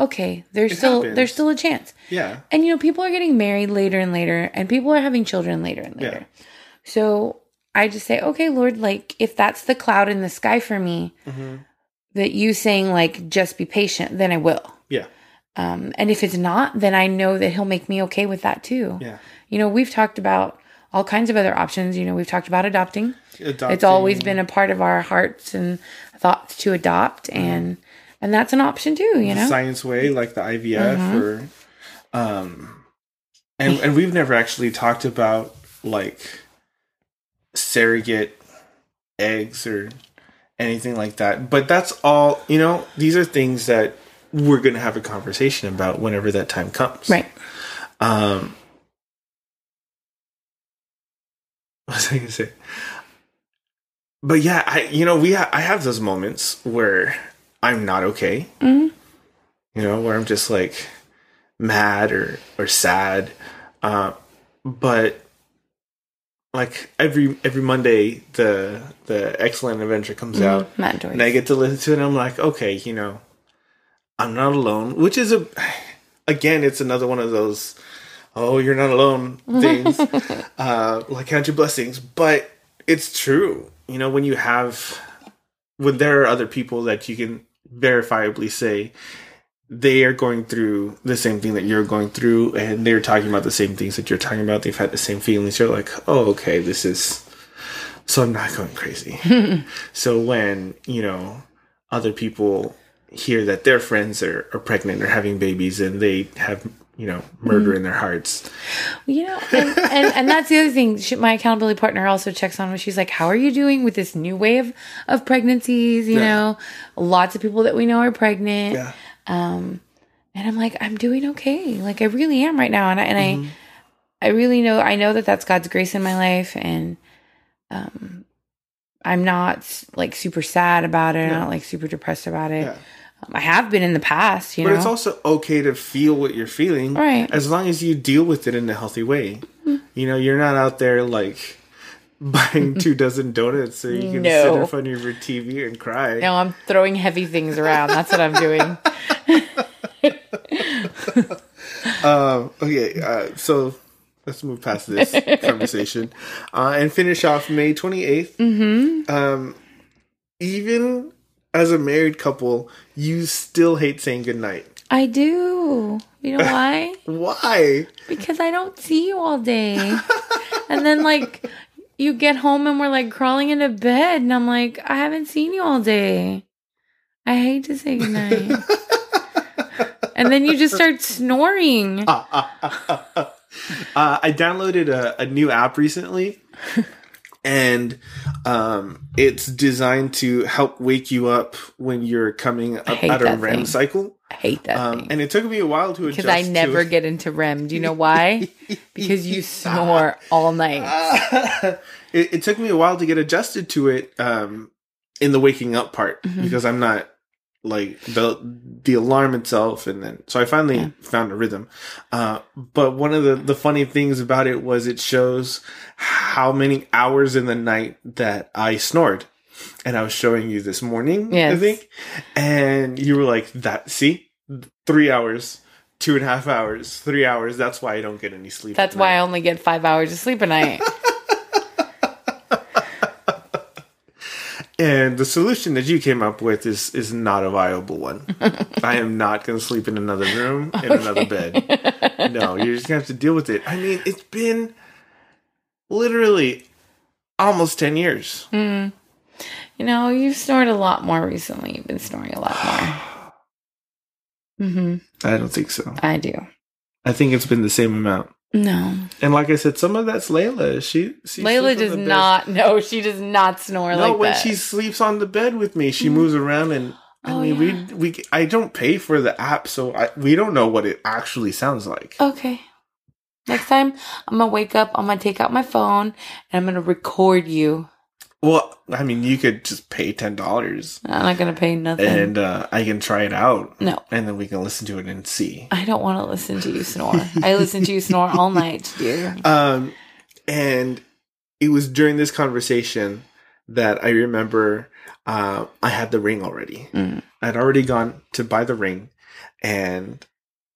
Speaker 2: okay there's
Speaker 1: It
Speaker 2: still
Speaker 1: happens.
Speaker 2: there's still a chance
Speaker 1: Yeah.
Speaker 2: and you know people are getting married later and later and people are having children later and later so i just say okay lord like if that's the cloud in the sky for me
Speaker 1: Mhm.
Speaker 2: that you saying like just be patient then i will
Speaker 1: Yeah.
Speaker 2: um and if it's not then i know that he'll make me okay with that too
Speaker 1: Yeah.
Speaker 2: you know, we've talked about all kinds of other options. You know, we've talked about adopting. It's
Speaker 1: Adopting-
Speaker 2: always been a part of our hearts and thoughts to adopt and and that's an option too, you
Speaker 1: Mm-hmm.
Speaker 2: know. Mm-hmm.
Speaker 1: science way, like the IVF, or um, and and we've never actually talked about like surrogate eggs or anything like that. But that's all you know. These are things that we're going to have a conversation about whenever that time comes.
Speaker 2: Right.
Speaker 1: Um, (laughs) what was I gonna say? But yeah, I you know we ha- I have those moments where I'm not okay.
Speaker 2: Mhm.
Speaker 1: You know where I'm just like mad or or sad, uh, but like every every Monday the the excellent adventure comes out
Speaker 2: Matt Doris.
Speaker 1: and I get to listen to it. And I'm like, okay, you know, I'm not alone, which is a, again, it's another one of those, oh, you're not alone things, uh, like count your blessings. But it's true, you know, when you have, when there are other people that you can verifiably say they are going through the same thing that you're going through, and they're talking about the same things that you're talking about. They've had the same feelings. You're like, oh, okay, this is. So I'm not going crazy. So when, you know, other people hear that their friends are, are pregnant or having babies and they have, you know, murder
Speaker 2: Mm-hmm.
Speaker 1: in their hearts.
Speaker 2: you know, and, and, and that's the other thing. She, my accountability partner also checks on me. She's like, "How are you doing with this new wave of pregnancies?" You
Speaker 1: Yeah.
Speaker 2: know, lots of people that we know are pregnant.
Speaker 1: Yeah.
Speaker 2: um and i'm like i'm doing okay like i really am right now and i and
Speaker 1: Mm-hmm.
Speaker 2: i i really know i know that that's god's grace in my life and um i'm not like super sad about it i'm
Speaker 1: Yeah.
Speaker 2: not like super depressed about it
Speaker 1: Yeah.
Speaker 2: um, i have been in the past you
Speaker 1: But
Speaker 2: know
Speaker 1: it's also okay to feel what you're feeling
Speaker 2: Right. Mm-hmm.
Speaker 1: as long as you deal with it in a healthy way. You know, you're not out there like (laughs) buying
Speaker 2: (laughs)
Speaker 1: two dozen donuts so you can sit
Speaker 2: No.
Speaker 1: in front of your TV and cry.
Speaker 2: no i'm throwing heavy things around that's what i'm (laughs) doing
Speaker 1: Um, okay, uh, so let's move past
Speaker 2: (laughs)
Speaker 1: this conversation uh, and finish off May 28th. Mm-hmm. Um, even as a married couple, you still hate saying goodnight.
Speaker 2: i do
Speaker 1: (laughs)
Speaker 2: you know why
Speaker 1: Why?
Speaker 2: because i don't see you all day and then like you get home and we're like crawling into bed and i'm like i haven't seen you all day i hate to say goodnight and then you just start snoring
Speaker 1: Uh, I downloaded a, a new app recently, (laughs) and um, it's designed to help wake you up when you're coming up
Speaker 2: hate
Speaker 1: out
Speaker 2: that
Speaker 1: of REM
Speaker 2: thing.
Speaker 1: cycle.
Speaker 2: i hate that
Speaker 1: Um,
Speaker 2: thing
Speaker 1: and it took me a while to adjust.
Speaker 2: because i
Speaker 1: to
Speaker 2: never
Speaker 1: it.
Speaker 2: get into rem do you know why because you snore all
Speaker 1: Ah.
Speaker 2: night
Speaker 1: (laughs) it, it took me a while to get adjusted to it um in the waking up part
Speaker 2: Mm-hmm.
Speaker 1: because i'm not like the the alarm itself and then so i finally found a rhythm uh but one of the the funny things about it was it shows how many hours in the night that i snored and i was showing you this morning i
Speaker 2: Yes.
Speaker 1: think and you were like that see three hours two and a half hours three hours that's why i don't get any sleep
Speaker 2: that's
Speaker 1: at
Speaker 2: why
Speaker 1: night.
Speaker 2: i only get five hours of sleep a night
Speaker 1: And the solution that you came up with is is not a viable
Speaker 2: (laughs)
Speaker 1: one. I am not going to sleep in another room in another bed. No, you're just going to have to deal with it. I mean, it's been literally almost 10 years.
Speaker 2: Hmm. You know, you've snored a lot more recently. You've been snoring a lot more. hmm
Speaker 1: I don't think so.
Speaker 2: I do.
Speaker 1: I think it's been the same amount.
Speaker 2: No.
Speaker 1: And like I said, some of that's Layla. She, she
Speaker 2: Layla
Speaker 1: sleeps on
Speaker 2: does
Speaker 1: the bed.
Speaker 2: not. No, she does not snore
Speaker 1: No,
Speaker 2: like
Speaker 1: when
Speaker 2: that.
Speaker 1: she sleeps on the bed with me, she
Speaker 2: Mhm.
Speaker 1: moves around and. I
Speaker 2: Oh,
Speaker 1: mean,
Speaker 2: yeah.
Speaker 1: we we I don't pay for the app, so I, we don't know what it actually sounds like.
Speaker 2: Okay. Next time, I'm gonna wake up. I'm gonna take out my phone and I'm gonna record you.
Speaker 1: Well, I mean, you could just pay ten dollars,
Speaker 2: I'm not gonna pay nothing.
Speaker 1: and uh, I can try it out,
Speaker 2: no,
Speaker 1: and then we can listen to it and see.
Speaker 2: I don't want to listen to you snore. I listen to you snore all night, dear.
Speaker 1: Um, and it was during this conversation that I remember uh, I had the ring already.
Speaker 2: Mm.
Speaker 1: I'd already gone to buy the ring, and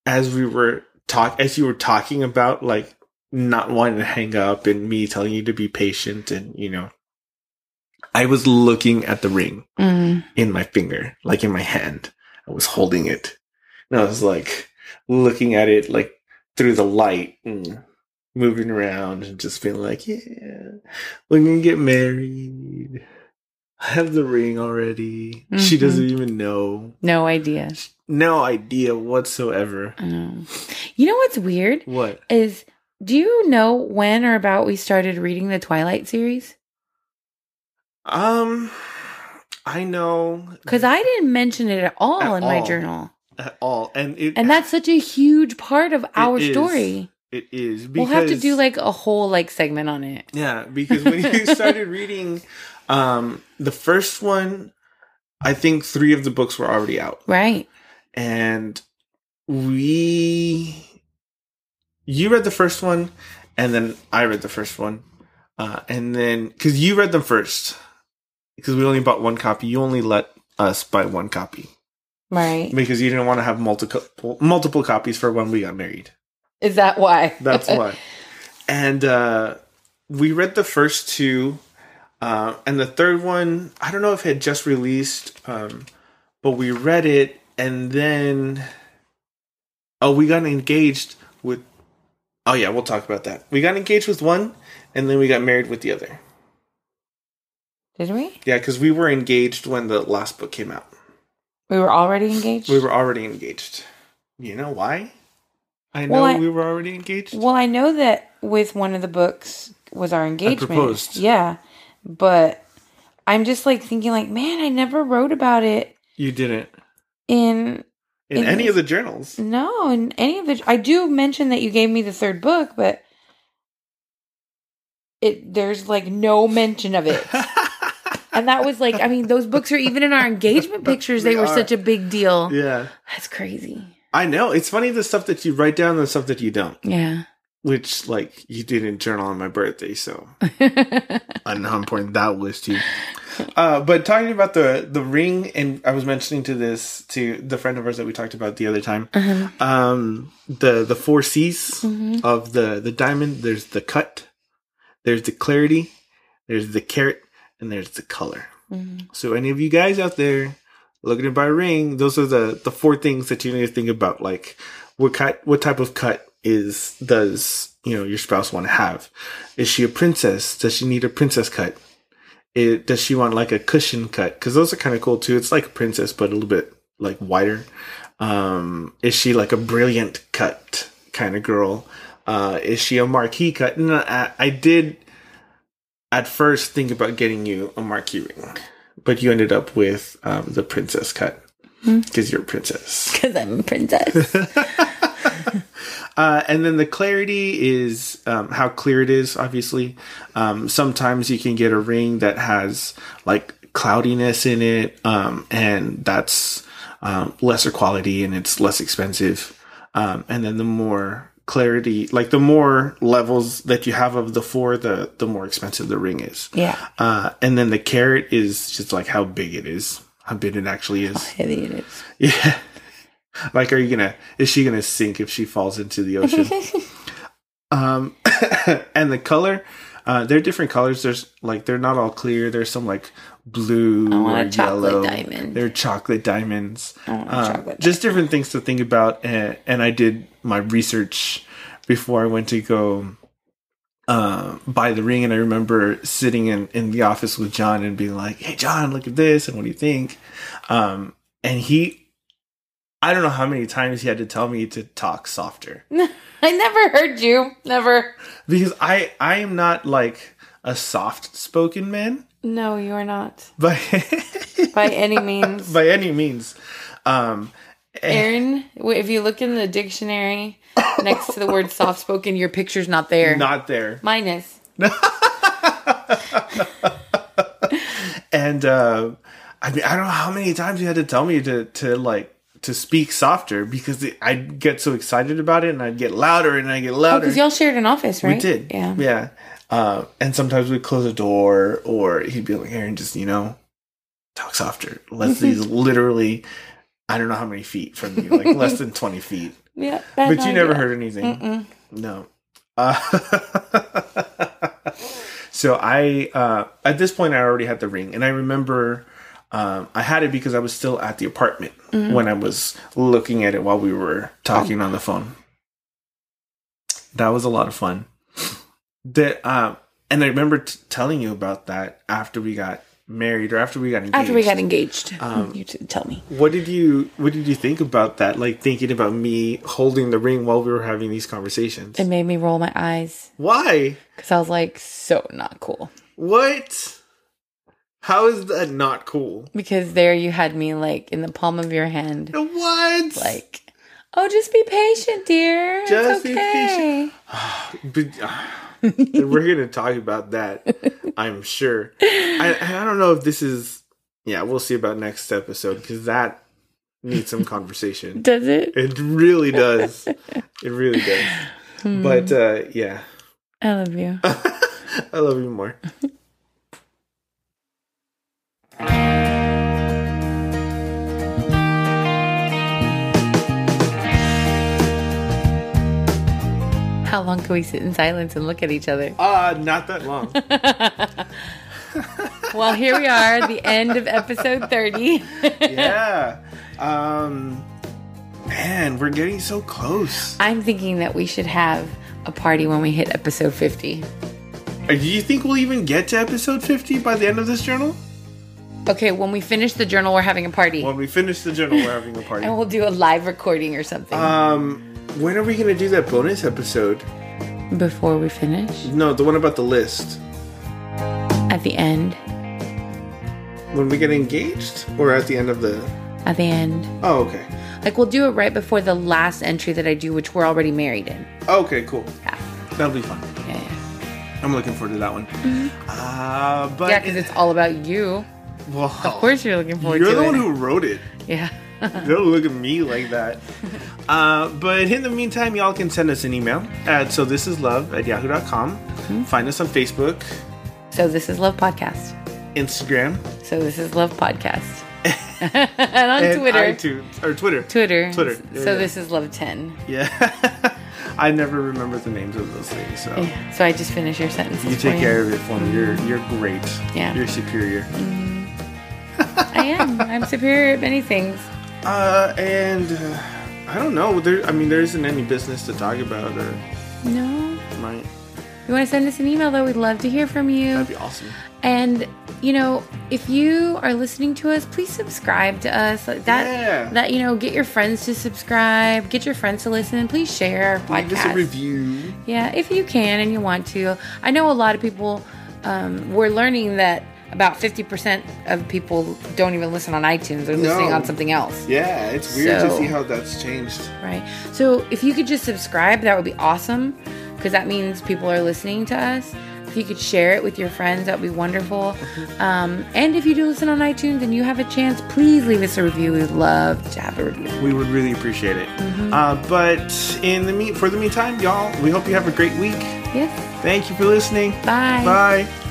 Speaker 1: as we were talk, as you were talking about like not wanting to hang up and me telling you to be patient, and you know, I was looking at the ring
Speaker 2: Mm.
Speaker 1: in my finger, like in my hand. I was holding it, and I was like looking at it like through the light and moving around and just being like, "Yeah, we're gonna get married. I have the ring already. She
Speaker 2: Mhm.
Speaker 1: doesn't even know.
Speaker 2: No idea.
Speaker 1: No idea whatsoever.
Speaker 2: I know. You know what's weird
Speaker 1: What?
Speaker 2: is, do you know when or about we started reading the Twilight series?
Speaker 1: Um, I know
Speaker 2: Because I didn't mention it at all
Speaker 1: At
Speaker 2: in my
Speaker 1: all.
Speaker 2: journal,
Speaker 1: at all, and it
Speaker 2: and that's such a huge part of our
Speaker 1: is.
Speaker 2: story.
Speaker 1: it is.
Speaker 2: We'll have to
Speaker 1: because-
Speaker 2: do like a whole like segment on it.
Speaker 1: Yeah, because when you started reading um the first one, I think 3 of the books were already out
Speaker 2: Right.
Speaker 1: and we you read the first one and then I read the first one. Uh and then cuz you read them first because we only bought one copy. You only let us buy one copy
Speaker 2: Right.
Speaker 1: because you didn't want to have multiple multiple copies for when we got married.
Speaker 2: Is that why?
Speaker 1: That's why. And uh, we read the first two, uh, and the third one. I don't know if it had just released, um, but we read it, and then oh, we got engaged with. Oh yeah, we'll talk about that. We got engaged with one, and then we got married with the other.
Speaker 2: (laughs) Did we?
Speaker 1: Yeah, because we were engaged when the last book came out.
Speaker 2: We were already engaged.
Speaker 1: We were already engaged. You know why? I know
Speaker 2: Well, I-
Speaker 1: we were already engaged.
Speaker 2: Well, I know that with one of the books was our engagement.
Speaker 1: proposed.
Speaker 2: Yeah, but I'm just like thinking, like, man, I never wrote about it
Speaker 1: you didn't
Speaker 2: in
Speaker 1: in
Speaker 2: It
Speaker 1: any
Speaker 2: was-
Speaker 1: of the journals.
Speaker 2: no in any of the. I do mention that you gave me the third book, but it there's like no mention
Speaker 1: (laughs)
Speaker 2: of it. And that was like, I mean, those books are even in our engagement pictures. They,
Speaker 1: They
Speaker 2: were
Speaker 1: are.
Speaker 2: such a big
Speaker 1: (laughs)
Speaker 2: deal.
Speaker 1: yeah.
Speaker 2: That's crazy.
Speaker 1: I know. It's funny the stuff that you write down and the stuff that you don't,
Speaker 2: Yeah.
Speaker 1: which, like, you didn't journal on my birthday, (laughs) so
Speaker 2: (laughs) mm-hmm.
Speaker 1: I know how important that was to you. Uh, but talking about the, the ring, and I was mentioning to this to the friend of ours that we talked about the other time um, the, the four C's of the, the diamond there's the cut, there's the clarity, there's the carrot, and there's the color. So any of you guys out there looking to buy a ring, those are the the four things that you need to think about. Like what cut, what type of cut is does you know your spouse want to have? Is she a princess? Does she need a princess cut? It, does she want like a cushion cut? Because those are kind of cool too. It's like a princess, but a little bit like wider. Um, is she like a brilliant cut kind of girl? Uh, is she a marquee cut? No, I, I did at first think about getting you a marquee ring, but you ended up with um, the princess cut because you're a princess.
Speaker 2: Because I'm a princess.
Speaker 1: Uh, and then the clarity is um, how clear it is, obviously. Um, sometimes you can get a ring that has like cloudiness in it, um, and that's um, lesser quality and it's less expensive. Um, and then the more clarity, like the more levels that you have of the four, the, the more expensive the ring is.
Speaker 2: (laughs) yeah.
Speaker 1: Uh, and then the carrot is just like how big it is, how big it actually is.
Speaker 2: Heavy it is.
Speaker 1: (laughs) Yeah. Like, are you gonna? Is she gonna sink if she falls into the
Speaker 2: (laughs)
Speaker 1: ocean? um, (coughs) and the color, uh, they're different colors. There's like they're not all clear. There's some like blue
Speaker 2: I want
Speaker 1: or
Speaker 2: a chocolate
Speaker 1: yellow.
Speaker 2: diamond.
Speaker 1: They're chocolate diamonds.
Speaker 2: I want a
Speaker 1: Um,
Speaker 2: chocolate
Speaker 1: just different things to think about. And, and I did my research before I went to go uh, by the ring, and I remember sitting in, in the office with John and being like, "Hey, John, look at this, and what do you think?" Um, and he, I don't know how many times he had to tell me to talk softer
Speaker 2: I never heard you. Never.
Speaker 1: because I I am not like a soft spoken man, (laughs)
Speaker 2: No, you are not.
Speaker 1: but (laughs)
Speaker 2: By any means.
Speaker 1: by any means. Um,
Speaker 2: Aaron, w- if you look in the dictionary next to the word soft spoken, your picture's not there.
Speaker 1: not there.
Speaker 2: Mine is.
Speaker 1: And uh, I mean, I don't know how many times you had to tell me to to like to speak softer because it, I'd get so excited about it and I'd get louder and I'd get louder.
Speaker 2: Because y'all shared an office, Oh, right?
Speaker 1: We did.
Speaker 2: Yeah.
Speaker 1: Yeah. Uh, and sometimes we'd close a door or he'd be like, Aaron, just, you know, talk softer.
Speaker 2: (laughs)
Speaker 1: Leslie's literally, I don't know how many feet from you, like less than 20 feet.
Speaker 2: Yeah.
Speaker 1: But you never heard anything.
Speaker 2: Mm-mm.
Speaker 1: No. Uh, (laughs) so I, uh, at this point, I already had the ring. And I remember um, I had it because I was still at the apartment when I was looking at it while we were talking on the phone. That was a lot of fun. That, um, and I remember t- telling you about that after we got married or after we got engaged.
Speaker 2: After we got engaged,
Speaker 1: Um,
Speaker 2: you t- tell me.
Speaker 1: what did you What did you think about that? Like thinking about me holding the ring while we were having these conversations.
Speaker 2: It made me roll my eyes
Speaker 1: Why?
Speaker 2: because I was like, so not cool.
Speaker 1: What? How is that not cool?
Speaker 2: Because there you had me like in the palm of your hand,
Speaker 1: What?
Speaker 2: like, oh, just be patient, dear. It's
Speaker 1: Just be
Speaker 2: okay.
Speaker 1: But, uh, we're gonna talk about
Speaker 2: (laughs)
Speaker 1: that, I'm sure. I, I don't know if this is. Yeah, we'll see about next episode because that needs some conversation.
Speaker 2: Does it?
Speaker 1: It really does. It really does.
Speaker 2: Hmm.
Speaker 1: But uh, yeah, (laughs)
Speaker 2: I love you.
Speaker 1: I love you more.
Speaker 2: How long can we sit in silence and look at each other?
Speaker 1: Uh, not that long.
Speaker 2: Well, here we are, the end of episode 30.
Speaker 1: yeah. Um, man, we're getting so close.
Speaker 2: (laughs) I'm thinking that we should have a party when we hit episode 50.
Speaker 1: Uh, Do you think we'll even get to episode 50 by the end of this journal?
Speaker 2: Okay, when we finish the journal, we're having a party.
Speaker 1: When we finish the journal, we're having a party.
Speaker 2: (laughs) and we'll do a live recording or something
Speaker 1: Um, when are we gonna do that bonus episode?
Speaker 2: before we finish.
Speaker 1: No, the one about the list.
Speaker 2: At the end.
Speaker 1: When we get engaged, or at the end of the?
Speaker 2: At the end.
Speaker 1: Oh, okay.
Speaker 2: Like, we'll do it right before the last entry that I do, which we're already married in.
Speaker 1: Okay, cool.
Speaker 2: Yeah.
Speaker 1: That'll be fun.
Speaker 2: Yeah, yeah.
Speaker 1: I'm looking forward to that one. Uh, but
Speaker 2: Mm-hmm. Yeah, because it's all about you.
Speaker 1: well,
Speaker 2: Of course, you're looking forward
Speaker 1: you're
Speaker 2: to
Speaker 1: the
Speaker 2: it.
Speaker 1: one who wrote it.
Speaker 2: yeah. (laughs)
Speaker 1: (laughs) Don't look at me like that. Uh, but in the meantime, y'all can send us an email at so this is love at yahoo.com.
Speaker 2: Mm-hmm.
Speaker 1: Find us on Facebook,
Speaker 2: So, this is Love Podcast.
Speaker 1: Instagram,
Speaker 2: So this is Love
Speaker 1: (laughs)
Speaker 2: Podcast. and on
Speaker 1: and
Speaker 2: Twitter.
Speaker 1: iTunes or Twitter.
Speaker 2: Twitter.
Speaker 1: Twitter.
Speaker 2: So
Speaker 1: Yeah, yeah.
Speaker 2: this is Love 10.
Speaker 1: Yeah. (laughs) I never remember the names of those things, so
Speaker 2: Yeah. So I just finished your sentence.
Speaker 1: you take care of it for me. You're you're great.
Speaker 2: Yeah. Mm.
Speaker 1: You're superior.
Speaker 2: I am. I'm superior at many things.
Speaker 1: Uh and uh, I don't know. There I mean there isn't any business to talk about or
Speaker 2: No.
Speaker 1: might
Speaker 2: You want to send us an email, though? We'd love to hear from you.
Speaker 1: that'd be awesome.
Speaker 2: And, you know, if you are listening to us, please subscribe to us. Like that,
Speaker 1: Yeah.
Speaker 2: that you know, get your friends to subscribe, get your friends to listen. Please share our podcast.
Speaker 1: Leave us a review.
Speaker 2: Yeah, if you can and you want to. I know a lot of people, um, we're learning that about 50% of people don't even listen on iTunes, they're listening on something else.
Speaker 1: Yeah, it's weird to
Speaker 2: So-
Speaker 1: see how that's changed.
Speaker 2: Right. So if you could just subscribe, that would be awesome because that means people are listening to us. If you could share it with your friends, that would be wonderful. Um, and if you do listen on iTunes and you have a chance, please leave us a review. We'd love to have a review.
Speaker 1: We would really appreciate it. Uh, but in the meet for the meantime, y'all, we hope you have a great week.
Speaker 2: Yes.
Speaker 1: Thank you for listening.
Speaker 2: Bye.
Speaker 1: Bye.